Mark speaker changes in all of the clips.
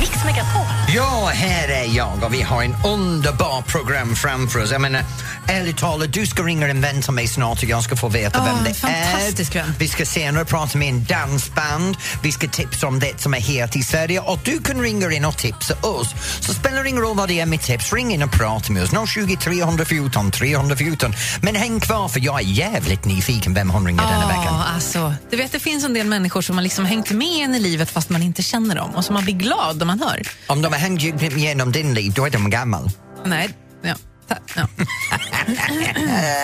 Speaker 1: Mix Megapol.
Speaker 2: Ja, här är jag och vi har en underbar program framför oss. Jag menar, ärligt talat, du ska ringa en vän till mig snart och jag ska få veta
Speaker 3: Ja,
Speaker 2: vem det
Speaker 3: fantastisk
Speaker 2: är.
Speaker 3: vän.
Speaker 2: Vi ska senare prata med en dansband, vi ska tipsa om det som är helt i Sverige och du kan ringa in och tipsa oss. Så spelar det ingen roll vad det är med tips, ring in och prata med oss. 020 314 314. Men häng kvar för jag är jävligt nyfiken vem hon ringer denna veckan.
Speaker 3: Ja, alltså, du vet, det finns en del människor som har liksom hängt med en i livet fast man inte känner dem och som man blir glad när man hör.
Speaker 2: Om de har hängt genom din liv, då är de gammal.
Speaker 3: Nej, ja. ta- ja.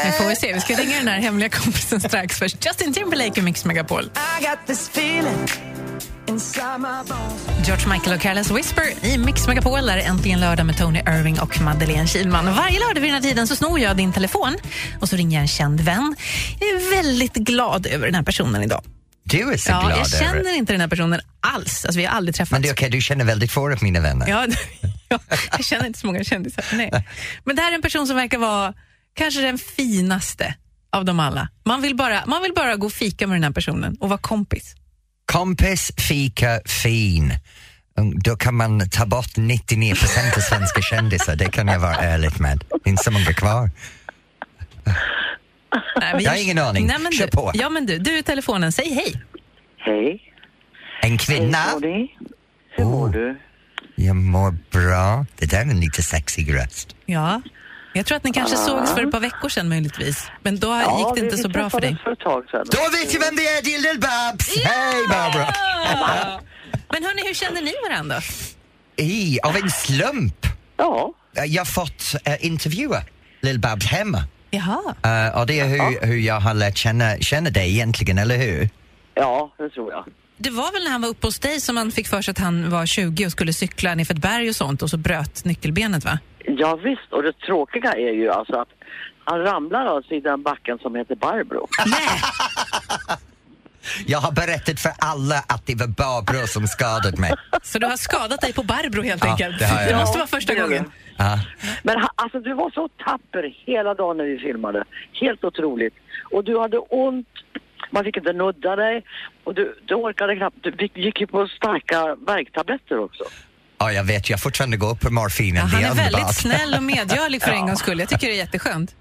Speaker 3: Vi får väl se. Vi ska ringa den här hemliga kompisen strax. Först Justin Timberlake och Mix Megapol.
Speaker 4: I got this feeling inside my bones.
Speaker 3: George Michael och Careless Whisper i Mix Megapol där det äntligen lördag med Tony Irving och Madeleine Kilman. Varje lördag vid den här tiden så snor jag din telefon och så ringer jag en känd vän. Jag är väldigt glad över den här personen idag.
Speaker 2: Du är så
Speaker 3: Ja,
Speaker 2: glad
Speaker 3: jag
Speaker 2: över det.
Speaker 3: känner inte den här personen alls. Alltså, vi har aldrig träffats.
Speaker 2: Men det är okej, du känner väldigt få av mina vänner.
Speaker 3: Ja, ja, jag känner inte så många kändisar. Nej. Men det här är en person som verkar vara kanske den finaste av dem alla. Man vill bara, man vill bara gå och fika med den här personen och vara kompis.
Speaker 2: Kompis, fika, fin. Mm, Då kan man ta bort 99 procent av svenska kändisar, det kan jag vara ärlig med. Det är inte så många kvar.
Speaker 3: Nej, men
Speaker 2: Jag har ingen aning.
Speaker 3: Nej, men
Speaker 2: Kör
Speaker 3: du,
Speaker 2: på.
Speaker 3: Ja, men du, du i telefonen, säg hej.
Speaker 5: Hej.
Speaker 2: En
Speaker 5: Hej
Speaker 2: kvinna?
Speaker 5: Tony. Hur mår
Speaker 2: Oh.
Speaker 5: du?
Speaker 2: Jag mår bra. Det där är en lite sexig röst.
Speaker 3: Ja. Jag tror att ni kanske sågs för ett par veckor sedan möjligtvis, men då gick det
Speaker 5: vi-
Speaker 3: inte
Speaker 5: vi
Speaker 3: så bra för dig.
Speaker 5: träffades för ett tag sedan.
Speaker 2: Då vet jag vem det är, det är Lill-Babs! Hej Barbara!
Speaker 3: Ja. Men hörni, hur känner ni varandra?
Speaker 2: I, av en slump,
Speaker 5: Ja.
Speaker 2: eh, jag fått eh, intervjua Lill-Babs hemma.
Speaker 3: Jaha.
Speaker 2: Eh, och det är hur, hur jag har lärt känna, känna dig egentligen, eller hur?
Speaker 5: ja, det tror jag.
Speaker 3: Det var väl när han var uppe hos dig som man fick för sig att han var 20 och skulle cykla nerför ett berg och sånt och så bröt nyckelbenet va?
Speaker 5: Ja, visst, och det tråkiga är ju alltså att han ramlar alltså i den backen som heter Barbro.
Speaker 3: Nej.
Speaker 2: Jag har berättat för alla att det var Barbro som skadade mig.
Speaker 3: Så du har skadat dig på Barbro helt
Speaker 2: Ja,
Speaker 3: enkelt?
Speaker 2: det har jag.
Speaker 3: det måste
Speaker 5: Ja,
Speaker 3: vara första
Speaker 5: det gör
Speaker 3: gången.
Speaker 2: Ja.
Speaker 5: Men ha, alltså du var så tapper hela dagen när vi filmade. Helt otroligt. Och du hade ont, man fick inte nudda dig och du, du orkade knappt. Du gick- gick ju på starka värktabletter också.
Speaker 2: Ja, jag vet, jag fortfarande går på morfinen.
Speaker 3: Ja, han
Speaker 2: det
Speaker 3: är
Speaker 2: underbart.
Speaker 3: väldigt snäll och medgörlig för en gångs skull. Jag tycker det är jätteskönt.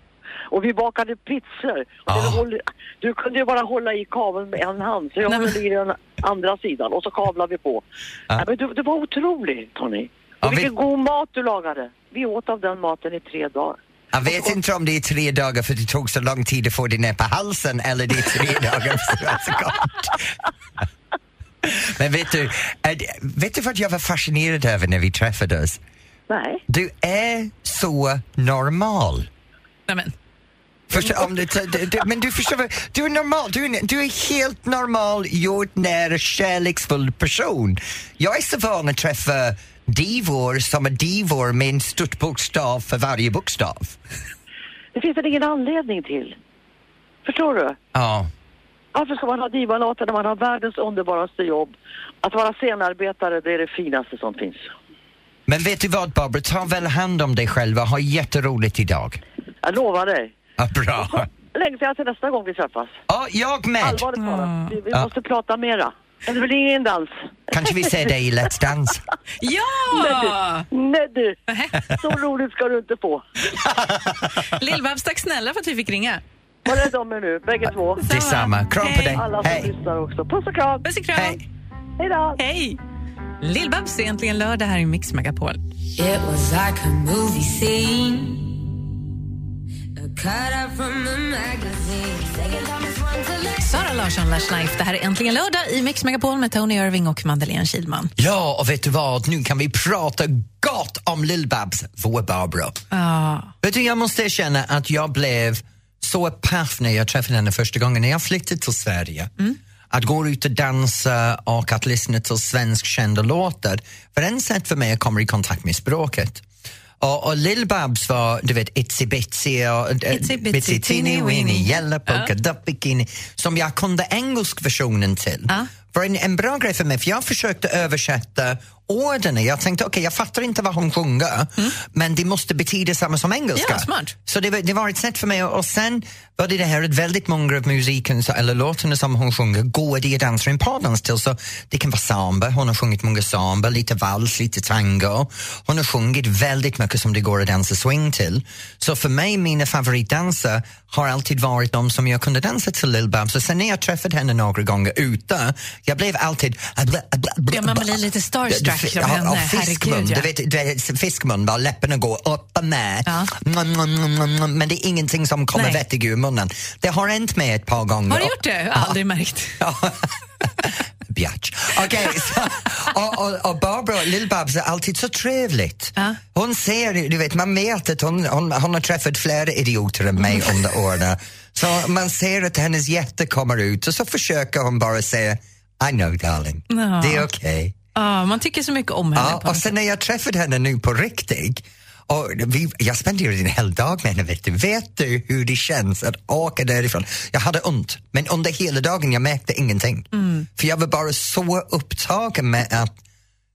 Speaker 5: Och vi bakade pizzor. Och
Speaker 2: Ah.
Speaker 5: det håller- Du kunde ju bara hålla i kabeln med en hand, så jag
Speaker 3: Nej, men-
Speaker 5: höll i den andra sidan och så kavlade vi på.
Speaker 2: Ah.
Speaker 5: Nej, men du, det var otroligt, Tony.
Speaker 2: Ja,
Speaker 5: Och vilken
Speaker 2: vi-
Speaker 5: god mat du lagade. Vi åt av den maten i tre dagar.
Speaker 2: Jag vet inte om det är tre dagar för det tog så lång tid att få det ner på halsen eller det är tre dagar för det var så gott. Men vet du, är det- vet du vad jag var fascinerad över när vi träffades?
Speaker 5: Nej.
Speaker 2: Du är så normal.
Speaker 3: Nej, men.
Speaker 2: Förstå, om du, du, du, men du förstår, vad- du är normal, du är, du är helt normal, jordnära, kärleksfull person. Jag är så van att träffa divor som är divor med en stort bokstav för varje bokstav.
Speaker 5: Det finns väl ingen anledning till. Förstår du?
Speaker 2: Ja.
Speaker 5: Varför ska man ha divalater när man har världens underbaraste jobb? Att vara scenarbetare, det är det finaste som finns.
Speaker 2: Men vet du vad Barbro, ta väl hand om dig själv och ha jätteroligt idag.
Speaker 5: Jag lovar dig.
Speaker 2: Ja, bra.
Speaker 5: Längtar jag till nästa gång vi träffas.
Speaker 2: Ja, jag med.
Speaker 5: Allvarligt talat. Vi, vi
Speaker 2: Ah. Ja.
Speaker 5: måste prata mera. Men det blir ingen dans.
Speaker 2: Kanske vi ser dig i Let's Dance.
Speaker 3: Ja!
Speaker 5: Nej du,
Speaker 3: Nähä.
Speaker 5: så roligt ska du inte få.
Speaker 3: Lill-Babs, tack snälla för att vi fick ringa.
Speaker 5: Var rädd om er nu, bägge två.
Speaker 2: Detsamma. Kram på dig.
Speaker 5: Alla som
Speaker 2: Hej.
Speaker 5: lyssnar också. Puss och kram.
Speaker 3: Puss och kram.
Speaker 2: Hej.
Speaker 5: Hej då.
Speaker 3: Hej! Lill-Babs är äntligen lördag här i Mix Megapol.
Speaker 6: It was like a movie scene. A cut out from a magazine. Second time is one to let
Speaker 3: Sara Larsson, Lash Life. Det här är äntligen lördag i Mix Megapol med Tony Irving och Madeleine Kilman.
Speaker 2: Ja, och vet du vad? Nu kan vi prata gott om Lill-Babs, vår Barbro.
Speaker 3: Ja.
Speaker 2: Vet du, jag måste erkänna att jag blev så paff när jag träffade henne första gången. När jag flyttade till Sverige, att gå ut och dansa och att lyssna till svensk kända låtar var en sätt för mig att komma i kontakt med språket. Och, och Lill-Babs var, du vet, Itsy Bitsy och eh,
Speaker 3: Itsy Bitsy
Speaker 2: Bitsy Teeny
Speaker 3: Teeny
Speaker 2: Weeny
Speaker 3: Weeny.
Speaker 2: Yellow Polka Dot Bikini som jag kunde engelsk versionen till.
Speaker 3: Ja.
Speaker 2: För en, en bra grej för mig, för jag försökte översätta orden är. Jag tänkte, okej, jag fattar inte vad hon sjunger, men det måste betyda samma som engelska.
Speaker 3: Mm. Ja, smart.
Speaker 2: Så det, var- det var ett sätt för mig. Och sen var det det här att väldigt många av musiken, så- eller låtarna som hon sjunger, går det dansaren pardans till. Så det kan vara samba, hon har sjungit många samba, lite vals, lite tango. Hon har sjungit väldigt mycket som det går att dansa swing till. Så för mig, mina favoritdanser har alltid varit de som jag kunde dansa till Lill-Babs. Och sen när jag träffade henne några gånger ute, jag blev alltid...
Speaker 3: Ja, man blir lite starstruck av
Speaker 2: Ja,
Speaker 3: henne.
Speaker 2: av
Speaker 3: Herregud,
Speaker 2: fiskmun,
Speaker 3: ja.
Speaker 2: du vet, du vet, fiskmun, bara läpparna går upp och ner.
Speaker 3: Ja.
Speaker 2: Mm, mm, mm, mm, mm, Men det är ingenting som kommer
Speaker 3: Nej.
Speaker 2: vettigt ur munnen. Det har hänt mig ett par gånger.
Speaker 3: Har du gjort det? Jag har aldrig märkt.
Speaker 2: Bjatch. Okej, så- och, och, och Barbro, Lill-Babs är alltid så trevligt.
Speaker 3: Ja.
Speaker 2: Hon ser, du vet, man vet att hon, hon, hon har träffat flera idioter än mig under åren. Så man ser att hennes hjärta kommer ut och så försöker hon bara säga I know darling,
Speaker 3: Ja.
Speaker 2: det är okej.
Speaker 3: Ja, man tycker så mycket om henne.
Speaker 2: Ja,
Speaker 3: på
Speaker 2: och
Speaker 3: något
Speaker 2: sen när jag träffade henne nu på riktigt och vi, jag spenderade en hel dag med henne. Vet du. vet du hur det känns att åka därifrån? Jag hade ont, men under hela dagen jag märkte ingenting. För jag var bara så upptagen med att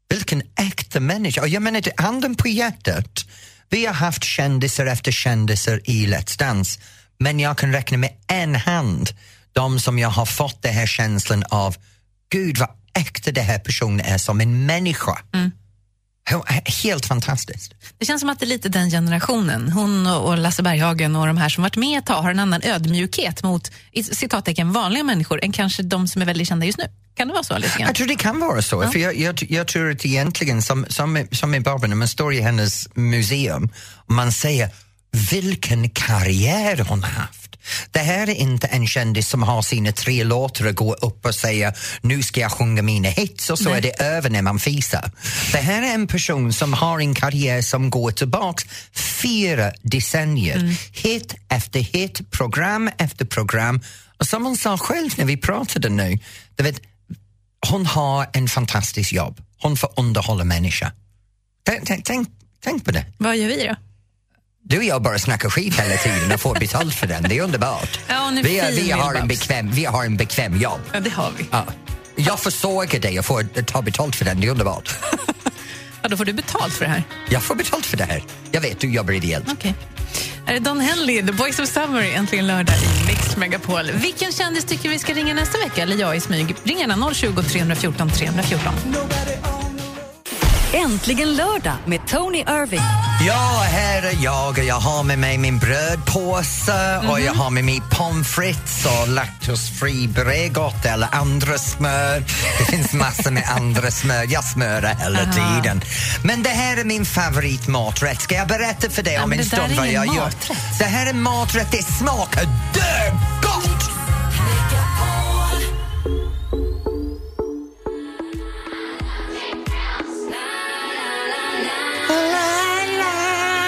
Speaker 2: vilken äkta människa. Och jag menar, det- handen på hjärtat. Vi har haft kändisar efter kändisar i Let's Dance. Men jag kan räkna med en hand de som jag har fått den här känslan av gud vad äkta den här personen är som en människa. He- Helt fantastiskt.
Speaker 3: Det känns som att det är lite den generationen. Hon och och Lasse Berghagen och de här som varit med ett tag har en annan ödmjukhet mot i citattecken vanliga människor än kanske de som är väldigt kända just nu. Kan det vara så lite grann?
Speaker 2: Jag tror det kan vara så. För jag, jag, jag tror att egentligen, som, som, som i Barbro, när man står i hennes museum och man säger vilken karriär hon har haft. Det här är inte en kändis som har sina tre låtar och går upp och säger nu ska jag sjunga mina hits och så är det över när man fisar. Det här är en person som har en karriär som går tillbaks fyra decennier. Hit efter hit, program efter program. Och som hon sa själv när vi pratade nu, du vet, hon har en fantastisk jobb. Hon får underhålla människor. Tänk, tänk, tänk, tänk på det.
Speaker 3: Vad gör vi då?
Speaker 2: Du och jag bara snackar skit hela tiden och får betalt för den. Det är underbart.
Speaker 3: Ja, hon är
Speaker 2: vi,
Speaker 3: fin,
Speaker 2: vi, har en
Speaker 3: Lill-Babs.
Speaker 2: bekväm, vi har en bekväm jobb.
Speaker 3: Ja, det har vi.
Speaker 2: Ja. Jag försågar dig och får ta betalt för den. Det är underbart.
Speaker 3: Ja, då får du betalt för det här.
Speaker 2: Jag får betalt för det här. Jag vet, du jobbar ideellt.
Speaker 3: Okej. Här Är det Don Henley, The Boys of Summer, äntligen lördag i Mix Megapol. Vilken kändis tycker vi ska ringa nästa vecka? Eller jag i smyg. Ring gärna 020 314 314.
Speaker 1: Äntligen lördag med Tony Irving.
Speaker 2: Ja, här är jag och jag har med mig min brödpåse och
Speaker 3: Mhm.
Speaker 2: jag har med mig pommes frites och laktosfri Bregott eller andra smör. Det finns massor med andra smör. Jag smörar hela tiden. Men det här är min favoritmaträtt. Ska jag berätta för dig
Speaker 3: Ja,
Speaker 2: om
Speaker 3: men
Speaker 2: en
Speaker 3: det där
Speaker 2: stund
Speaker 3: är
Speaker 2: vad
Speaker 3: ingen
Speaker 2: jag gör?
Speaker 3: maträtt.
Speaker 2: Det här är en maträtt. Det smakar dödgott!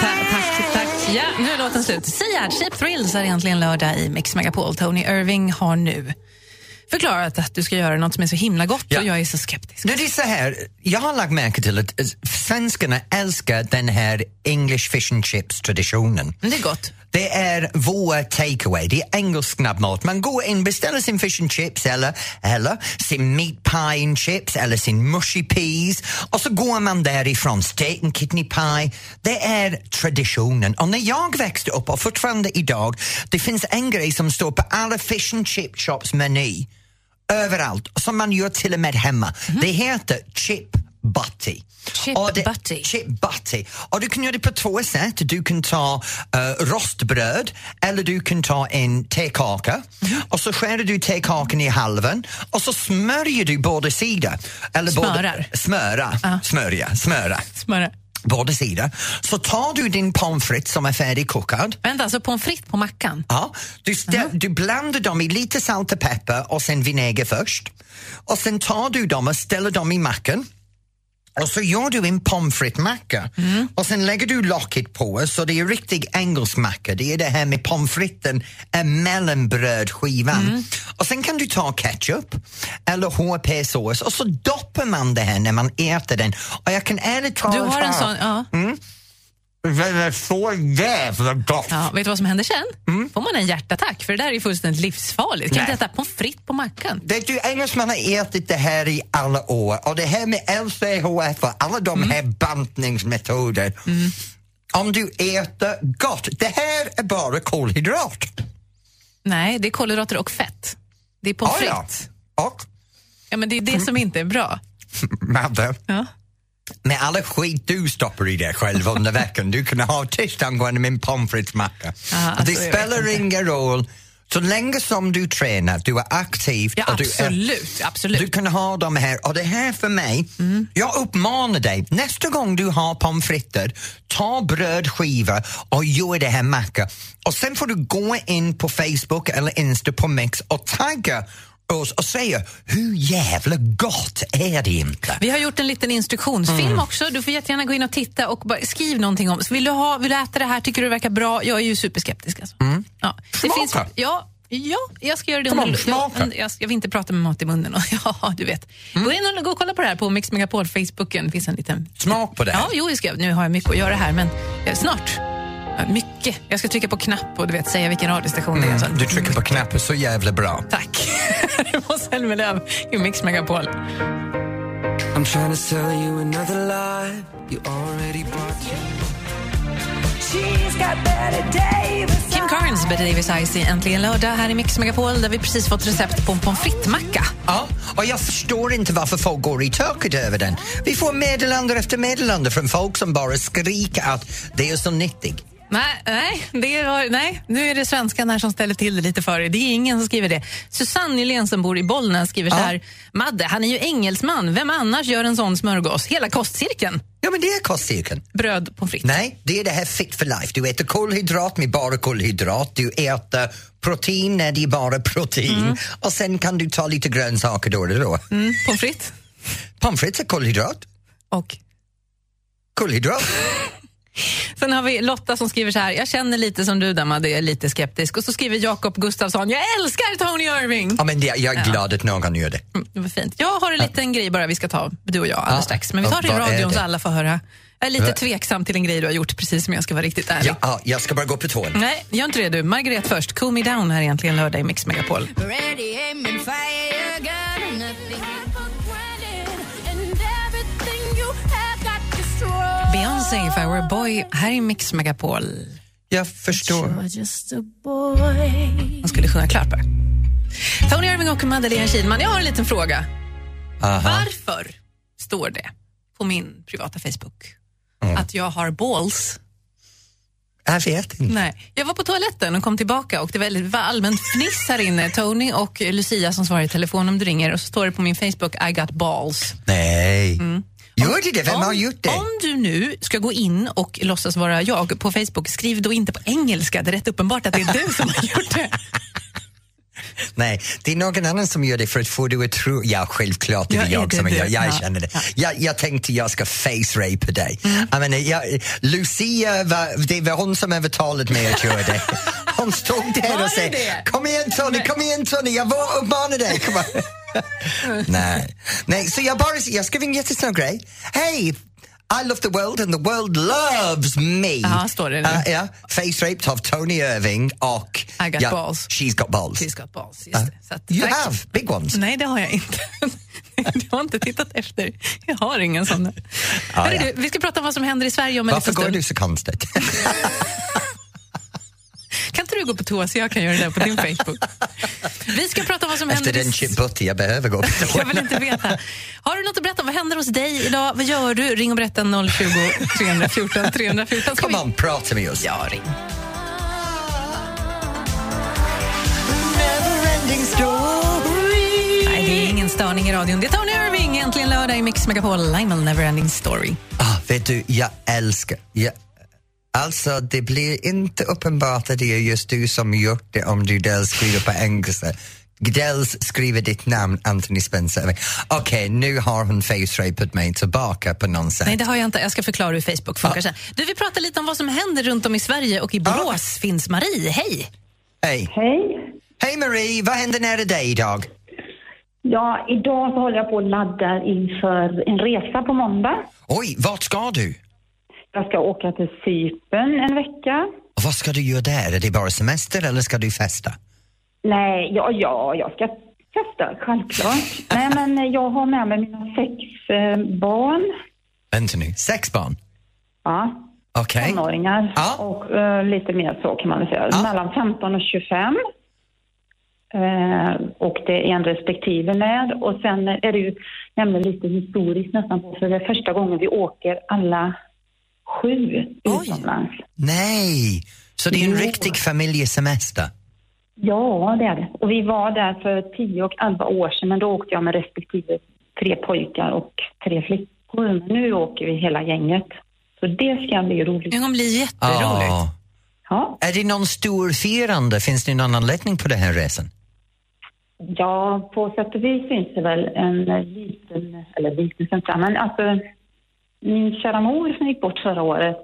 Speaker 3: Ta tack, tack. Ja, nu är låten slut. Sia, Cheap Thrills är egentligen lördag i Mix Megapol. Tony Irving har nu förklarat att du ska göra något som är så himla gott
Speaker 2: Ja.
Speaker 3: och jag är så skeptisk.
Speaker 2: Nu, det är så här, jag har lagt märke till att eh, svenskarna älskar den här English fish and chips-traditionen.
Speaker 3: Men det är gott.
Speaker 2: Det är vår takeaway. Det är engelsk snabbmat. Man går in, beställer sin fish and chips eller, eller sin meat pie and chips eller sin mushy peas och så går man därifrån. Steak and kidney pie. Det är traditionen. Och när jag växte upp och fortfarande idag, det finns en grej som står på alla fish and chip shops meny överallt, som man gör till och med hemma. Det heter chip butty.
Speaker 3: Mhm. Chip
Speaker 2: Och det-
Speaker 3: butty.
Speaker 2: Chip butty. Och du kan göra det på två sätt. Du kan ta eh, rostbröd eller du kan ta en tekaka och så skär du tekakan i halvan och så smörjer du båda sidor. Eller Både,
Speaker 3: Smörar.
Speaker 2: smöra, smörja, smöra.
Speaker 3: Smöra.
Speaker 2: Båda sidor. Så tar du din pommes frites som är färdigkokad
Speaker 3: Vänta, alltså pommes frites på mackan?
Speaker 2: Ja, du, stä- du blandar dem i lite salt och peppar och sen vinäger först. Och sen tar du dem och ställer dem i mackan. Och så gör du en pommes frites-macka
Speaker 3: Mm.
Speaker 2: och sen lägger du locket på så det är riktig engelsk macka. Det är det här med pommes fritesen mellan brödskivan.
Speaker 3: Mm.
Speaker 2: Och sen kan du ta ketchup eller HP-sås och så doppar man det här när man äter den. Och jag kan ärligt
Speaker 3: Du
Speaker 2: talat
Speaker 7: Mm.
Speaker 3: har en
Speaker 2: ha-
Speaker 3: sån, ja.
Speaker 7: Den är så jävla gott.
Speaker 3: Ja, vet du vad som händer sen? Får man en hjärtattack? För det där är ju fullständigt livsfarligt. Kan
Speaker 7: Mm. Nej.
Speaker 3: du äta pommes frites på mackan?
Speaker 7: Det är ju engelsmän har ätit det här i alla år och det här med LCHF och alla de
Speaker 3: Mm.
Speaker 7: här bantningsmetoder. Om du äter gott, det här är bara kolhydrat.
Speaker 3: Nej, det är kolhydrater och fett. Det är pommes
Speaker 7: Ja,
Speaker 3: frites.
Speaker 7: ja. Mm.
Speaker 3: Ja.
Speaker 7: Och
Speaker 3: men det är det som inte är bra.
Speaker 7: Madde,
Speaker 3: Ja.
Speaker 7: med alla skit du stoppar i dig själv under veckan, du kan ha tyst angående min pommes frites-macka.
Speaker 3: Ja, alltså,
Speaker 7: det
Speaker 3: jag vet
Speaker 7: spelar ingen roll, så länge som du tränar, du är aktiv
Speaker 3: Ja,
Speaker 7: och du är
Speaker 3: absolut. absolut.
Speaker 7: Du kan ha de här och det här för mig. Jag uppmanar dig, nästa gång du har pommes frites, ta brödskiva och gör det här macka. Och sen får du gå in på Facebook eller Insta på Mix och tagga oss och säga hur jävla gott är det inte?
Speaker 3: Vi har gjort en liten instruktionsfilm
Speaker 7: Mm.
Speaker 3: också. Du får jättegärna gå in och titta och bara skriv någonting om. Så vill, du ha, vill du äta det här? Tycker du det verkar bra? Jag är ju superskeptisk. Alltså. Ja. Det
Speaker 7: Mm. Smaka.
Speaker 3: ja, ja, jag ska göra det
Speaker 7: Come
Speaker 3: under
Speaker 7: on,
Speaker 3: jag,
Speaker 7: smaka. Mm.
Speaker 3: jag, jag vill inte prata med mat i munnen. Och, ja, du vet. Gå in och, gå och kolla på det här på Mix Megapol Facebooken. Det finns en liten...
Speaker 7: Smak på det.
Speaker 3: Ja, jo, jag ska, nu har jag mycket att göra här, men eh, snart. Ja, Mycket. Jag ska trycka på knapp och du vet, säga vilken radiostation det är. Så.
Speaker 7: Du trycker på knappen så jävla bra.
Speaker 3: Tack. det var Zelmerlöw i Mix Megapol.
Speaker 4: I'm trying to sell you another lie. You already bought
Speaker 3: Kim Carnes, Betty Davis Ice, äntligen lördag här i Mix Megapol där vi precis fått recept på en pommes frites-macka.
Speaker 2: Ja, och jag förstår inte varför folk går i taket över den. Vi får meddelande efter meddelande från folk som bara skriker att det är så nyttigt.
Speaker 3: Nej, nej, det var, nej, nu är det svenskan här som ställer till det lite för er. Det är ingen som skriver det. Susanne Nylén som bor i Bollnäs skriver så här. Madde, han är ju engelsman. Vem annars gör en sån smörgås? Hela kostcirkeln.
Speaker 2: Ja, men det är kostcirkeln.
Speaker 3: Bröd, pommes frites.
Speaker 2: Nej, det är det här fit for life. Du äter kolhydrat med bara kolhydrat, du äter protein när det är bara protein och sen kan du ta lite grönsaker då och då.
Speaker 3: Mm, pommes frites
Speaker 2: Pommes frites är kolhydrat.
Speaker 3: och
Speaker 2: Kolhydrat.
Speaker 3: Sen har vi Lotta som skriver så här. Jag känner lite som du där Madde, jag är lite skeptisk. Och så skriver Jakob Gustafsson. Jag älskar Tony Irving!
Speaker 2: ja, men det, jag är glad att någon gör det.
Speaker 3: Mm, det var fint. Jag har en liten grej bara vi ska ta, du och jag, alldeles
Speaker 2: Ja.
Speaker 3: strax. Men vi tar det i
Speaker 2: Vad är
Speaker 3: radion
Speaker 2: det?
Speaker 3: så alla får höra. Jag är lite
Speaker 2: Va-
Speaker 3: tveksam till en grej du har gjort precis som jag ska vara riktigt ärlig.
Speaker 2: Ja, ja, jag ska bara gå på toan.
Speaker 3: Nej, gör inte det du. Margret först. Cool me down här egentligen lördag i Mix Megapol.
Speaker 6: Ready, aim, and fire, got nothing.
Speaker 3: Beyoncé, If I were a boy, här i Mix Megapol.
Speaker 2: Jag förstår.
Speaker 3: Hon skulle sjunga klart bara. Tony Irving och Madeleine Kihlman, jag har en liten fråga. Varför står det på min privata Facebook att jag har balls
Speaker 2: Jag vet inte.
Speaker 3: Nej. Jag var på toaletten och kom tillbaka och det var väldigt allmänt fniss här inne. Tony och Lucia som svarar i telefon om du ringer och så står det på min Facebook I got balls.
Speaker 2: Nej. Gör det det? Vem
Speaker 3: om,
Speaker 2: har gjort det?
Speaker 3: Om du nu ska gå in och låtsas vara jag på Facebook, skriv då inte på engelska. Det är rätt uppenbart att det är du som har gjort det.
Speaker 2: Nej, det är någon annan som gör det för att få dig att tro... Ja, självklart är det
Speaker 3: Ja, är
Speaker 2: jag
Speaker 3: det
Speaker 2: som
Speaker 3: du?
Speaker 2: gör Jag
Speaker 3: Ja.
Speaker 2: känner det.
Speaker 3: Ja. Mm.
Speaker 2: Jag, jag tänkte jag ska face-rapa dig. Jag menar, jag, Lucia, var, det var hon som övertalade mig att göra det. Hon stod där
Speaker 3: det
Speaker 2: och sa
Speaker 3: det?
Speaker 2: kom igen Tony, kom igen Tony, jag var uppmanar dig. Kom igen." Nej. Nej, så jag bara, jag skrev en jättesnabb grej. Hej! I love the world and the world loves me.
Speaker 3: Ja, står det nu.
Speaker 2: Ja, ja. Face raped av Tony Irving och...
Speaker 3: I got
Speaker 2: ja,
Speaker 3: balls.
Speaker 2: She's got balls.
Speaker 3: She's got balls, just det. Så att,
Speaker 2: You
Speaker 3: tack.
Speaker 2: have big ones.
Speaker 3: Nej, det har jag inte. Jag har inte tittat efter. Jag har ingen sån. Hörru
Speaker 2: ja.
Speaker 3: du, vi ska prata om vad som händer i Sverige om en
Speaker 2: Varför
Speaker 3: liten
Speaker 2: går
Speaker 3: stund.
Speaker 2: du så konstigt?
Speaker 3: Kan inte du gå på toa så jag kan göra det där på din Facebook? Vi ska prata om vad som
Speaker 2: Efter
Speaker 3: händer i-
Speaker 2: den chipbutti jag behöver gå på
Speaker 3: Jag vill inte veta. Har du något att berätta om? Vad händer hos dig idag? Vad gör du? Ring och berätta 020 314 314. Ska
Speaker 2: Kom
Speaker 3: vi-
Speaker 2: on, prata med oss.
Speaker 3: Ja, ring. Nej, det är ingen störning i radion. Det är Tony Irving, äntligen lördag i Mix Megapol. I'm a neverending story.
Speaker 2: Ah, vet du, jag älskar... Jag, alltså, det blir inte uppenbart att det är just du som gjort det om du dels skriver på engelska. Dels skriver ditt namn, Anthony Spencer. Okej, nu har hon face-rapat mig tillbaka på någon sätt.
Speaker 3: Nej, det har jag inte. Jag ska förklara hur Facebook funkar sen. Du, vi pratar lite om vad som händer runt om i Sverige och i Borås finns Marie. Hej!
Speaker 2: Hej.
Speaker 8: Hej.
Speaker 2: Hej Marie, vad händer nära dig idag?
Speaker 8: Ja, idag så håller jag på och laddar inför en resa på måndag.
Speaker 2: Oj, vart ska du?
Speaker 8: Jag ska åka till Cypern en vecka.
Speaker 2: Och vad ska du göra där? Är det bara semester eller ska du festa?
Speaker 8: Nej, ja, ja, jag ska festa, självklart. Nej, men eh, jag har med mig mina sex eh, barn,
Speaker 2: Vänta nu, sex barn?
Speaker 8: ja,
Speaker 2: Okej.
Speaker 8: tonåringar
Speaker 2: Ja.
Speaker 8: och eh, lite mer så kan man väl säga.
Speaker 2: Ja.
Speaker 8: Mellan 15 och 25. Eh, och det är en respektive med. Och sen är det ju nämligen lite historiskt nästan, för det är första gången vi åker alla sju utomlands.
Speaker 2: Nej, så det är en
Speaker 8: Jo.
Speaker 2: riktig familjesemester?
Speaker 8: Ja, det är det. Och vi var där för 10 och 11 år sedan, men då åkte jag med respektive tre pojkar och tre flickor. Men nu åker vi hela gänget. Så det ska bli roligt.
Speaker 3: Det kommer bli jätteroligt.
Speaker 2: Ja.
Speaker 8: Ja,
Speaker 2: Är det någon stor firande? Finns det någon anledning på den här resan?
Speaker 8: ja på sätt och vis finns det väl en liten, eller liten central, men alltså min kära mor som gick bort förra året,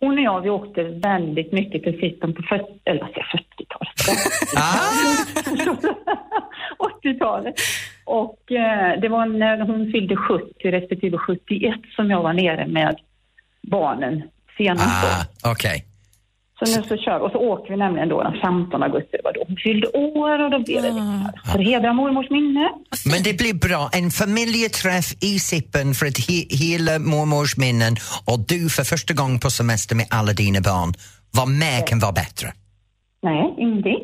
Speaker 8: hon och jag vi åkte väldigt mycket till Cypern på 40, eller alltså, vad säger jag, 40-talet.
Speaker 2: Ah!
Speaker 8: 80-talet. Och eh, det var när hon fyllde 70 respektive 71 som jag var nere med barnen senast då.
Speaker 2: Ah, Okej.
Speaker 8: Så nu så kör vi. Och så åker vi nämligen då den 15 augusti. Det var då hon fyllde år och då blev det det här. För att hedra mormors minne.
Speaker 2: Men det blir bra. En familjeträff i Sippen för att he- hela mormors minnen och du för första gången på semester med alla dina barn. Vad mer kan vara bättre?
Speaker 8: Nej, ingenting.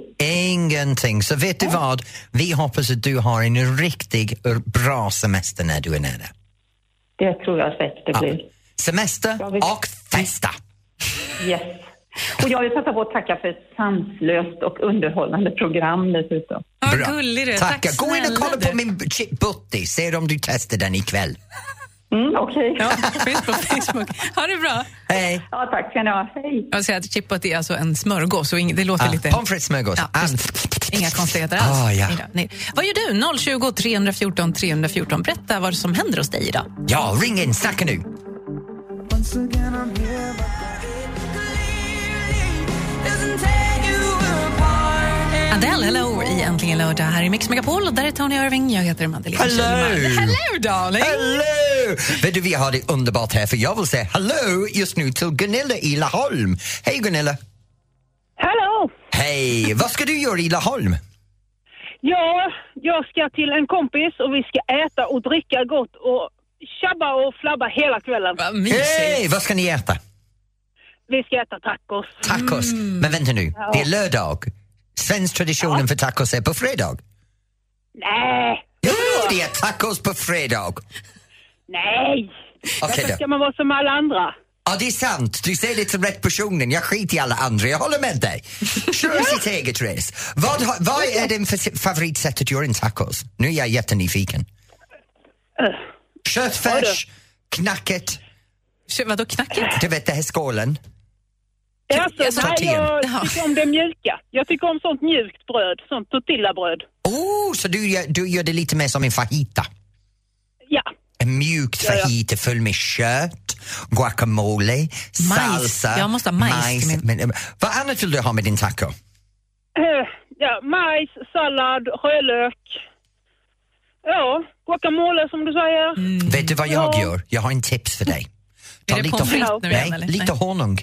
Speaker 2: Ingenting. Så vet du vad? Vi hoppas att du har en riktigt bra semester när du är nere.
Speaker 8: Det tror jag säkert det blir.
Speaker 2: Semester
Speaker 8: Jag vill-
Speaker 2: och festa!
Speaker 8: Yes. Och jag vill passa på att tacka för ett sanslöst och underhållande program dessutom.
Speaker 3: Vad
Speaker 2: Bra.
Speaker 3: gullig du är.
Speaker 2: Tack.
Speaker 3: Tack
Speaker 2: Gå in och
Speaker 3: snälla
Speaker 2: kolla på
Speaker 3: du.
Speaker 2: min chip butti. Se om du testar den ikväll.
Speaker 8: Mm, Okej.
Speaker 3: Ja, finns på Facebook. Ha det bra.
Speaker 2: Hej!
Speaker 8: Ja, tack ska ni ha. Hej.
Speaker 3: Jag säger att chippat är alltså en smörgås och ing- det låter
Speaker 2: Ah,
Speaker 3: lite...
Speaker 2: Pommes frites smörgås.
Speaker 3: Ja,
Speaker 2: Ah,
Speaker 3: Inga konstigheter alls.
Speaker 2: Ah, ja.
Speaker 3: idag. Nej. Vad gör du? 020 314 314. Berätta vad som händer hos dig idag.
Speaker 2: ja, ring in. Snacka nu.
Speaker 3: Adele, hello i Äntligen lördag här i Mix Megapol. Och där är Tony Irving. Jag heter Madeleine
Speaker 2: Hello.
Speaker 3: Kihlman. Hello, darling!
Speaker 2: Hello! Vet du, vi har det underbart här för jag vill säga hello just nu till Gunilla i Laholm. Hej Gunilla!
Speaker 9: Hallå!
Speaker 2: Hej! Vad ska du göra i Laholm?
Speaker 9: Ja, jag ska till en kompis och vi ska äta och dricka gott och tjabba och flabba hela kvällen.
Speaker 3: Vad mysigt.
Speaker 2: Hej! Vad ska ni äta?
Speaker 9: Vi ska äta tacos.
Speaker 2: Tacos.
Speaker 3: Mm.
Speaker 2: Men vänta nu, det är lördag. Svensk traditionen för tacos är på fredag.
Speaker 9: Nej,
Speaker 2: Jo, det är tacos på fredag!
Speaker 9: nej!
Speaker 2: Okej
Speaker 9: Varför ska
Speaker 2: då.
Speaker 9: man vara som alla andra?
Speaker 2: Ja, det är sant. Du säger det till rätt personen. Jag skiter i alla andra. Jag håller med dig. Kör sitt eget race. Vad, har- vad är din fa- favoritsätt att göra en tacos? Nu är jag jättenyfiken.
Speaker 3: Äh.
Speaker 2: Köttfärs, knacket,
Speaker 3: Kö- Vadå knackigt?
Speaker 2: du vet det här skålen.
Speaker 9: Alltså,
Speaker 2: jag sa
Speaker 9: nej,
Speaker 2: till.
Speaker 9: jag
Speaker 3: Jaha.
Speaker 9: tycker om det mjuka. Jag tycker om sånt mjukt bröd, sånt tortillabröd.
Speaker 2: Oh, så du, gör- du gör det lite mer som en fajita.
Speaker 9: Ja,
Speaker 2: En mjukt
Speaker 9: Ja, ja.
Speaker 2: fajita full med kött, guacamole, salsa.
Speaker 3: Jag måste ha majs till min-
Speaker 2: men, eh, vad annat vill du ha med din taco?
Speaker 9: Eh, ja majs, sallad, rödlök. Ja, guacamole som du säger.
Speaker 2: Vet du vad jag
Speaker 9: Ja.
Speaker 2: gör? Jag har en tips för dig. Ta
Speaker 3: Mm. det
Speaker 2: lite
Speaker 3: pommes frites
Speaker 2: hon-
Speaker 3: nu
Speaker 2: nej,
Speaker 3: igen, eller?
Speaker 2: lite
Speaker 3: Nej.
Speaker 2: honung.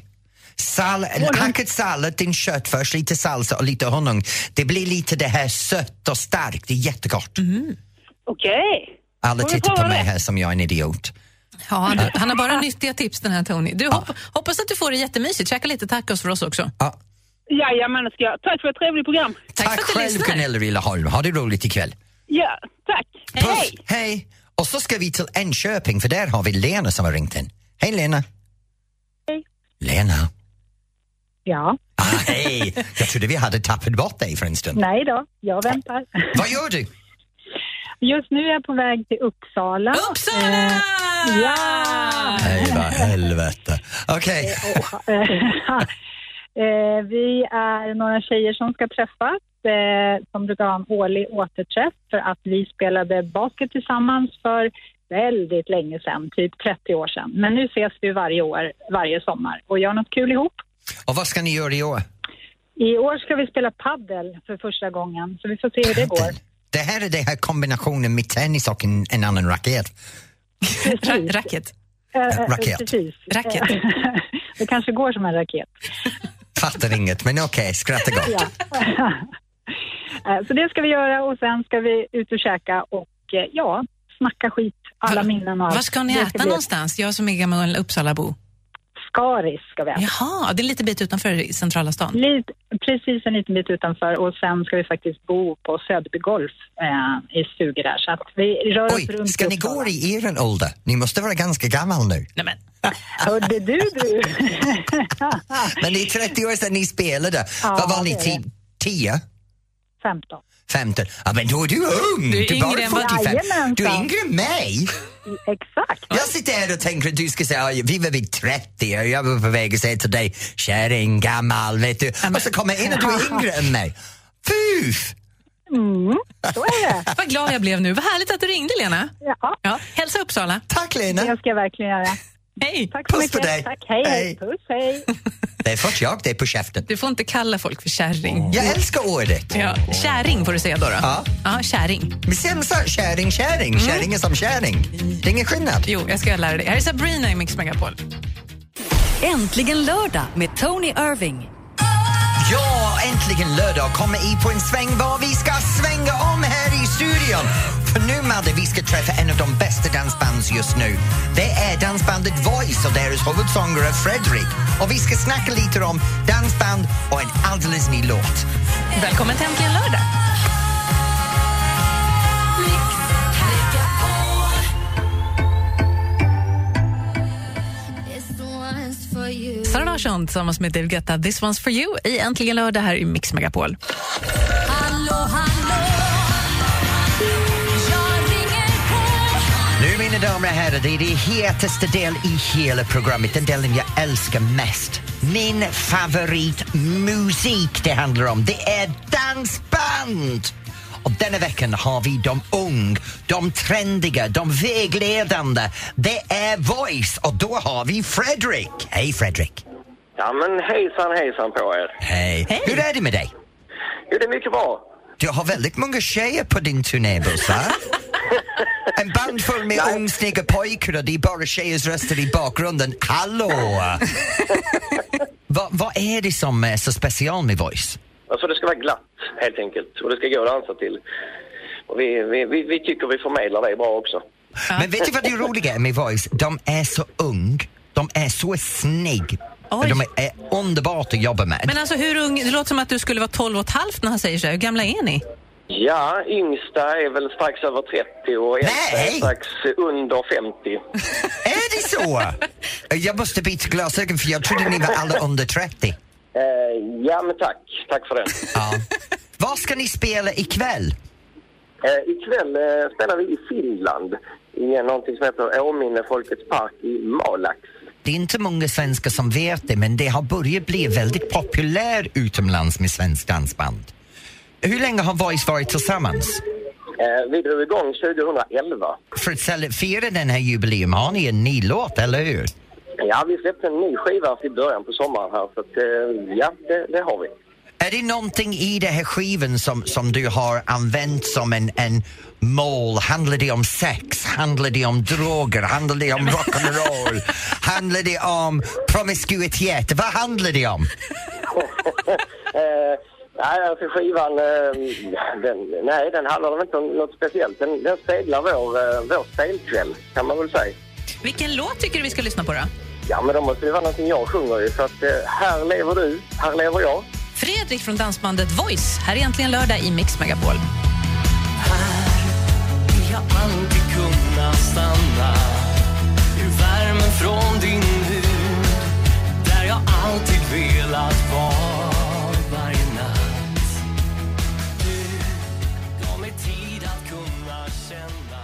Speaker 2: Sal hackad sallad, din köttfärs, lite salsa och lite honung. Det blir lite det här sött och starkt. Det är jättegott.
Speaker 3: Mhm.
Speaker 9: Okej.
Speaker 2: Alla
Speaker 9: Får vi
Speaker 2: tittar på
Speaker 9: prova
Speaker 2: mig
Speaker 9: det?
Speaker 2: här som jag är en idiot.
Speaker 3: Ja, han, han har bara nyttiga tips den här Tony. Du, hopp, hoppas att du får det jättemysigt. Käka lite tacos för oss också.
Speaker 2: Ja.
Speaker 9: Jajamän, det ska jag. Tack för ett trevligt program.
Speaker 3: Tack,
Speaker 2: Tack
Speaker 3: för att du
Speaker 2: själv
Speaker 3: lyssnar.
Speaker 2: Gunilla Rillaholm. Ha det roligt ikväll.
Speaker 9: Ja, tack.
Speaker 2: Puss. Hej! Och så ska vi till Enköping för där har vi Lena som har ringt in. Hej Lena! Hej. Lena.
Speaker 10: Ja,
Speaker 2: Ah, hej! jag trodde vi hade tappat bort dig för en stund.
Speaker 10: nej då, jag väntar.
Speaker 2: Vad gör du?
Speaker 10: Just nu är jag på väg till Uppsala.
Speaker 3: Uppsala!
Speaker 10: ja!
Speaker 2: Hej vad helvete. Okej.
Speaker 10: Eh, vi är några tjejer som ska träffas eh, som brukar ha en årlig återträff för att vi spelade basket tillsammans för väldigt länge sedan, typ 30 år sedan. Men nu ses vi varje år, varje sommar och gör något kul ihop.
Speaker 2: Och vad ska ni göra i år?
Speaker 10: I år ska vi spela paddel för första gången, så vi får se hur det går.
Speaker 2: Det här är den här kombinationen med tennis och en, en annan raket.
Speaker 3: Ra- racket.
Speaker 10: Eh, eh,
Speaker 2: Raket.
Speaker 10: Precis.
Speaker 3: Raket.
Speaker 10: Eh, det kanske går som en raket.
Speaker 2: Fattar inget, men okej, skratta gott.
Speaker 10: Ja. Eh, Så det ska vi göra och sen ska vi ut och käka och eh, ja, snacka skit, alla
Speaker 3: Va-
Speaker 10: minnen och allt.
Speaker 3: Var ska ni
Speaker 10: Det
Speaker 3: äta
Speaker 10: bli
Speaker 3: någonstans? Jag som är gammal Uppsalabo.
Speaker 10: Skaris ska vi äta.
Speaker 3: Jaha, det är lite bit utanför centrala stan.
Speaker 10: Lite, precis en liten bit utanför och sen ska vi faktiskt bo på Söderby Golf eh, i stugor där. Så att vi rör oss
Speaker 2: Oj,
Speaker 10: runt
Speaker 2: ska ni gå
Speaker 10: Uppsala.
Speaker 2: i er ålder? Ni måste vara ganska gammal nu.
Speaker 3: Nej, men.
Speaker 10: Hörde du du?
Speaker 2: Men det är 30 år sedan ni spelade.
Speaker 10: Ja,
Speaker 2: Vad var ni,
Speaker 10: det är det.
Speaker 2: ti- 10?
Speaker 10: 15.
Speaker 2: 15? Ja, men då är du ung!
Speaker 3: Du är
Speaker 2: bara
Speaker 3: yngre än vad-
Speaker 2: 45.
Speaker 10: Jajamensan.
Speaker 2: Du är yngre än mig!
Speaker 10: Exakt.
Speaker 2: Jag sitter här och tänker att du ska säga "Ja, vi var vid 30 och jag var på väg att säga till dig kärring, gammal, vet du. Och så kommer jag in och du är yngre än mig. Fy!
Speaker 10: Mm, så är det.
Speaker 3: Vad glad jag blev nu. Vad härligt att du ringde, Lena.
Speaker 10: Ja,
Speaker 3: Ja, hälsa Uppsala.
Speaker 2: Tack
Speaker 10: det
Speaker 2: Lena!
Speaker 10: ska jag verkligen göra.
Speaker 3: Hej!
Speaker 10: Tack så
Speaker 2: Puss på
Speaker 10: mycket.
Speaker 2: dig.
Speaker 10: Tack, hej,
Speaker 2: Hej.
Speaker 10: hej. Puss, hej.
Speaker 2: Det är först jag det är på käften.
Speaker 3: Du får inte kalla folk för kärring.
Speaker 2: Jag älskar ordet.
Speaker 3: Ja, käring får du säga då. då.
Speaker 2: Mm. Ja.
Speaker 3: ja, käring.
Speaker 2: Men sen sa jag kärring, kärring, kärring är som kärring. Det är ingen skillnad.
Speaker 3: Jo, jag ska lära dig. Här är Sabrina i Mix Megapol.
Speaker 1: Äntligen lördag med Tony Irving.
Speaker 2: Ja, äntligen lördag kommer i på en sväng var vi ska svänga om här i studion. För nu Madde, vi ska träffa en av de bästa dansbands just nu. Det är dansbandet Voice och deras huvudsångare Fredrik. Och vi ska snacka lite om dansband och en alldeles ny låt.
Speaker 3: Välkommen till Äntligen lördag. Sara Larsson tillsammans med Dave Guetta, This one's for you i Äntligen lördag här i Mix Megapol.
Speaker 2: Nu mina damer och herrar, det är det hetaste del i hela programmet, den delen jag älskar mest. Min favoritmusik det handlar om, det är dansband! Och denna veckan har vi de ung, de trendiga, de vägledande. Det är Voice och då har vi Fredrik. Hej Fredrik!
Speaker 5: Ja men hejsan hejsan på er.
Speaker 2: Hej! Hur är det med dig?
Speaker 5: Jo, det är mycket bra.
Speaker 2: Du har väldigt många tjejer på din turnébuss, va? En band full med ungsnygga pojkar och det är bara tjejers röster i bakgrunden. Hallå! Vad vad är det som är så speciellt med Voice?
Speaker 5: Alltså det ska vara glatt helt enkelt och det ska gå att dansa till. Och vi, vi, vi, vi tycker vi förmedlar det bra också.
Speaker 2: Men vet du vad det roliga är med Voice? De är så ung, de är så snygg.
Speaker 3: Oj.
Speaker 2: De är, är underbart att jobba med.
Speaker 3: Men alltså hur ung, det låter som att du skulle vara 12 och ett halvt när han säger så här. Hur gamla är ni?
Speaker 5: Ja, yngsta är väl strax över 30 och äldsta är
Speaker 2: Nej!
Speaker 5: strax under 50.
Speaker 2: Är det så? Jag måste byta glasögon för jag trodde ni var alla under 30.
Speaker 5: Eh, ja men tack, tack för det.
Speaker 2: Ja. Vad ska ni spela ikväll?
Speaker 5: Eh, ikväll eh, spelar vi i Finland i eh, någonting som heter Åminne Folkets Park i Malax.
Speaker 2: Det är inte många svenskar som vet det, men det har börjat bli väldigt populär utomlands med svensk dansband. Hur länge har Voice varit tillsammans?
Speaker 5: Eh, vi drog igång 2011.
Speaker 2: För att sälja- fira den här jubileum har ni en ny låt, eller hur?
Speaker 5: Ja, vi släppte en ny skiva i början på sommaren här så att, eh, ja, det, det har vi.
Speaker 2: Är det någonting i den här skivan som, som du har använt som en, en mål? Handlar det om sex? Handlar det om droger? Handlar det om rock'n'roll? Handlar det om promiskuitet? Vad handlar det om?
Speaker 5: Eh, nej, alltså skivan, eh, den, nej, den handlar väl inte om något speciellt. Den, den speglar vår, eh, vår spelkväll, kan man väl säga.
Speaker 3: Vilken låt tycker du vi ska lyssna på då?
Speaker 5: Ja, men då måste det vara någonting jag sjunger ju. Så att eh, här lever du, här lever jag.
Speaker 3: Fredrik från dansbandet Voice. Här är Äntligen lördag i Mix Megapol.
Speaker 4: Jag aldrig kunna stanna Ur värmen från din hud Där jag alltid velat vara varje natt Du gav mig tid att kunna känna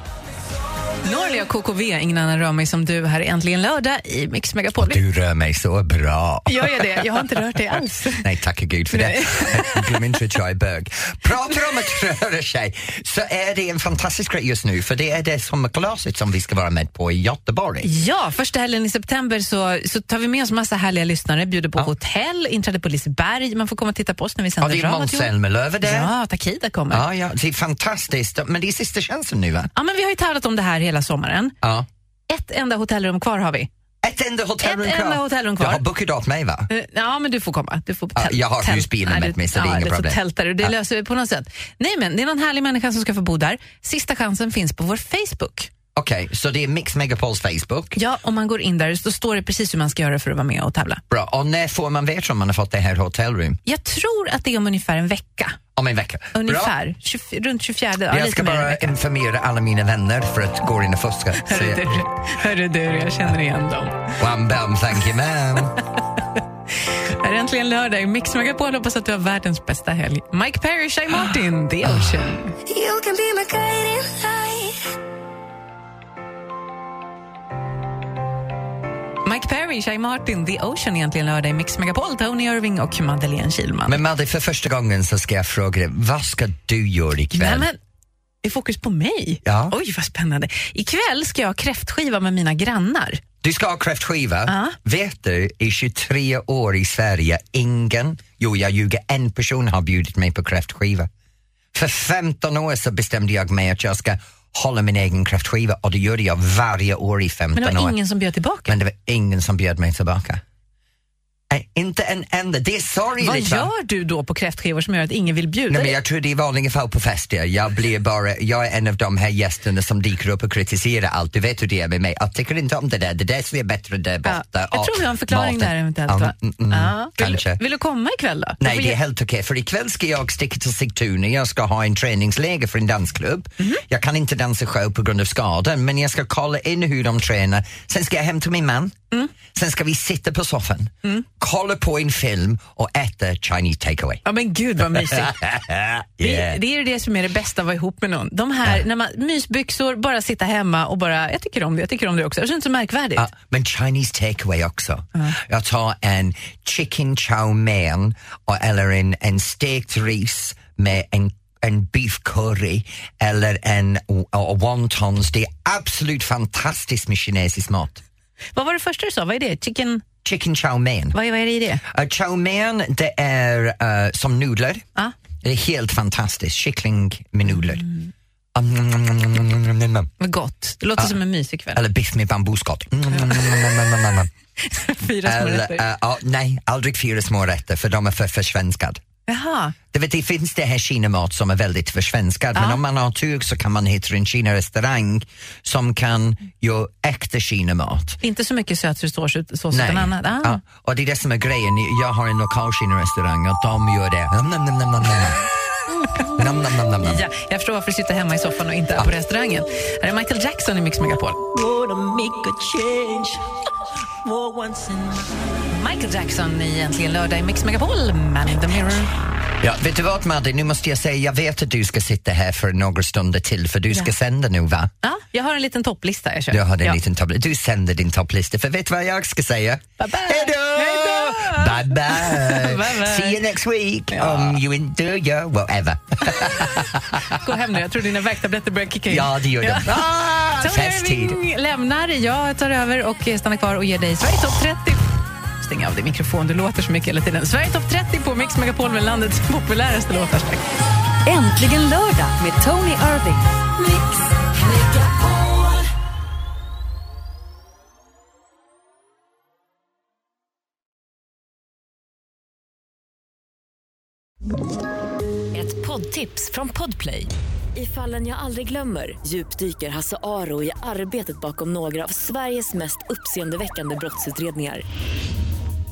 Speaker 3: Norli och KKV, ingen annan rör mig som du. Här är Äntligen lördag i Mix Megapol.
Speaker 2: Du rör mig så bra.
Speaker 3: Jag gör det. Jag har inte rört dig alls.
Speaker 2: Nej, tacka gud för det. Glöm inte att jag är bög. Pratar om att röra sig så är det en fantastisk grej just nu för det är det sommarkalaset som vi ska vara med på i Göteborg.
Speaker 3: Ja, första helgen i september så, så tar vi med oss massa härliga lyssnare, bjuder på hotell, inträde på Liseberg. Man får komma och titta på oss när vi
Speaker 2: Ja,
Speaker 3: sänder
Speaker 2: det är
Speaker 3: radio.
Speaker 2: Måns Zelmerlöw där. Ja.
Speaker 3: Ja, Takida kommer. Ja.
Speaker 2: Ja, det är fantastiskt. Men det är sista chansen nu va?
Speaker 3: men vi har ju tävlat om det här hela sommaren.
Speaker 2: Ja.
Speaker 3: Ett enda hotellrum kvar har vi.
Speaker 2: Ett enda hotellrum
Speaker 3: Ett
Speaker 2: kvar.
Speaker 3: enda hotellrum
Speaker 2: Jag
Speaker 3: kvar.
Speaker 2: har bokat åt mig va?
Speaker 3: Eh, Ja, men du får komma. Du får
Speaker 2: Ja,
Speaker 3: tält-
Speaker 2: jag har
Speaker 3: tält-
Speaker 2: husbilen
Speaker 3: Nej,
Speaker 2: med
Speaker 3: du-
Speaker 2: mig, så det är
Speaker 3: ja,
Speaker 2: inga
Speaker 3: du får
Speaker 2: problem.
Speaker 3: tälta dig. Det
Speaker 2: Ja.
Speaker 3: löser vi på något sätt. Nej, men det är någon härlig människa som ska få bo där. Sista chansen finns på vår Facebook.
Speaker 2: Okej, så det är Mix Megapols Facebook.
Speaker 3: Ja, om man går in där så står det precis hur man ska göra för att vara med och tävla.
Speaker 2: Bra, och när får man veta om man har fått det här hotellrum?
Speaker 3: Jag tror att det är om ungefär en vecka.
Speaker 2: Om en vecka. Bra.
Speaker 3: Ungefär. 24, runt 24. Ja,
Speaker 2: Jag
Speaker 3: lite
Speaker 2: ska
Speaker 3: mer än en
Speaker 2: bara
Speaker 3: vecka.
Speaker 2: informera alla mina vänner för att gå in och fuska. Så
Speaker 3: Hörru du,
Speaker 2: jag-
Speaker 3: hörru du, jag känner igen dem.
Speaker 2: One bam, thank you ma'am.
Speaker 3: Här är äntligen lördag i Mix Megapol. Hoppas att du har världens bästa helg. Mike Perry, Shai Martin, The Ocean.
Speaker 11: Ah. You can be my guiding light.
Speaker 3: Mike Perry, Shai Martin, The Ocean egentligen lördag i Mix Megapol. Tony Irving och Madeleine Kilman.
Speaker 2: Men Madde, för första gången så ska jag fråga dig, vad ska du göra
Speaker 3: Nej,
Speaker 2: ikväll?
Speaker 3: men, det är fokus på mig?
Speaker 2: Ja.
Speaker 3: Oj, vad spännande. Ikväll ska jag ha kräftskiva med mina grannar.
Speaker 2: Du ska ha kräftskiva.
Speaker 3: Ja.
Speaker 2: Vet du, i 23 år i Sverige, ingen, jo jag ljuger, en person har bjudit mig på kräftskiva. För 15 år så bestämde jag mig att jag ska hålla min egen kräftskiva och det gjorde jag varje år i 15
Speaker 3: Men det var
Speaker 2: år.
Speaker 3: ingen som bjöd tillbaka.
Speaker 2: Men det var ingen som bjöd mig tillbaka. Nej, inte en enda. Det är sorgligt.
Speaker 3: vad
Speaker 2: va?
Speaker 3: gör du då på kräftskivor som gör att ingen vill bjuda
Speaker 2: Nej, men
Speaker 3: dig?
Speaker 2: jag tror det är vanliga fall på fester. Jag blir bara, jag är en av de här gästerna som dyker upp och kritiserar allt. Du vet hur det är med mig. Jag tycker inte om det där. Det där ser bättre där borta.
Speaker 3: Ja, jag
Speaker 2: Och
Speaker 3: tror vi har en förklaring
Speaker 2: maten.
Speaker 3: där eventellt.
Speaker 2: Ja,
Speaker 3: va?
Speaker 2: mm, mm,
Speaker 3: Ja.
Speaker 2: Kanske.
Speaker 3: Vill, vill du komma ikväll då?
Speaker 2: Nej,
Speaker 3: Då
Speaker 2: det är
Speaker 3: vill
Speaker 2: helt okej. För ikväll ska jag sticka till Sigtuna. Jag ska ha en träningsläger för en dansklubb.
Speaker 3: Mhm.
Speaker 2: Jag kan inte dansa själv på grund av skadan, men jag ska kolla in hur de tränar. Sen ska jag hämta min man.
Speaker 3: Mm.
Speaker 2: Sen ska vi sitta på soffan, kolla på en film och äta Chinese takeaway.
Speaker 3: Ja, men gud vad mysigt.
Speaker 2: Yeah.
Speaker 3: Det, det är ju det som är det bästa att vara ihop med någon. De här, när man, mysbyxor, bara sitta hemma och bara, jag tycker om det, jag tycker om det också. Det känns inte så märkvärdigt.
Speaker 2: Ja, men Uh, Chinese takeaway också. Jag tar en chicken chow mein och- eller en, en stekt ris med en, en beef curry eller en o- o- wontons. Det är absolut fantastiskt med kinesisk mat.
Speaker 3: Vad var det första du sa? Vad är det? Chicken?
Speaker 2: Chicken chow mein.
Speaker 3: Vad, är- vad är det i det?
Speaker 2: Uh, chow mein, det är eh, som nudlar.
Speaker 3: Ja.
Speaker 2: Det är helt fantastiskt. Kyckling med nudlar. Mm, mm, mm, mm, mm, mm, mm, mm.
Speaker 3: Vad gott. Det låter som en mysig kväll.
Speaker 2: Eller biff med bambuskott. Mm, mm, mm, mm, mm, mm, mm, mm.
Speaker 3: Fyra små
Speaker 2: Eller,
Speaker 3: rätter.
Speaker 2: eh, ja, nej, aldrig fyra små rätter för de är för försvenskad.
Speaker 3: Jaha.
Speaker 2: Det, vet, det finns det här kinamat som är väldigt försvenskad men om man har tur så kan man hitta en kinarestaurang som kan göra äkta kinamat.
Speaker 3: Inte så mycket sötsås ut- sås utan annat. Ah.
Speaker 2: Ja, och det är det som är grejen. Jag har en lokal kinarestaurang och de gör det. Nam, nam, nam, nam, nam, nam. Nam, nam, nam, nam, nam.
Speaker 3: Ja, jag förstår varför du sitter hemma i soffan och inte är på restaurangen. Här är Michael Jackson i Mix Megapol. Michael Jackson i Äntligen lördag i Mix Megapol, Man in the Mirror.
Speaker 2: Ja, vet du vad Madde, nu måste jag säga, jag vet att du ska sitta här för några stunder till för du ska
Speaker 3: Ja.
Speaker 2: sända nu va?
Speaker 3: Ja, jag har en liten topplista jag kör.
Speaker 2: Jag hade en
Speaker 3: ja.
Speaker 2: liten topplista. Du sänder din topplista, för vet du vad jag ska säga?
Speaker 3: Bye-bye.
Speaker 2: Hej då! Bye bye!
Speaker 3: Bye-bye.
Speaker 2: See you next week! Om you inte gör whatever.
Speaker 3: Gå hem nu, jag tror dina värktabletter börjar kicka in.
Speaker 2: ja, det gör de. Ah,
Speaker 3: Tony
Speaker 2: festtid.
Speaker 3: Irving lämnar, jag tar över och eh, stannar kvar och ger dig Sverige topp 30. Stäng av din mikrofon, du låter så mycket hela tiden. Sverige topp 30 på Mix Megapol med landets populäraste låtar.
Speaker 12: Äntligen lördag med Tony Irving.
Speaker 8: Ett poddtips från Podplay. I fallen jag aldrig glömmer djupdyker Hasse Aro i arbetet bakom några av Sveriges mest uppseendeväckande brottsutredningar.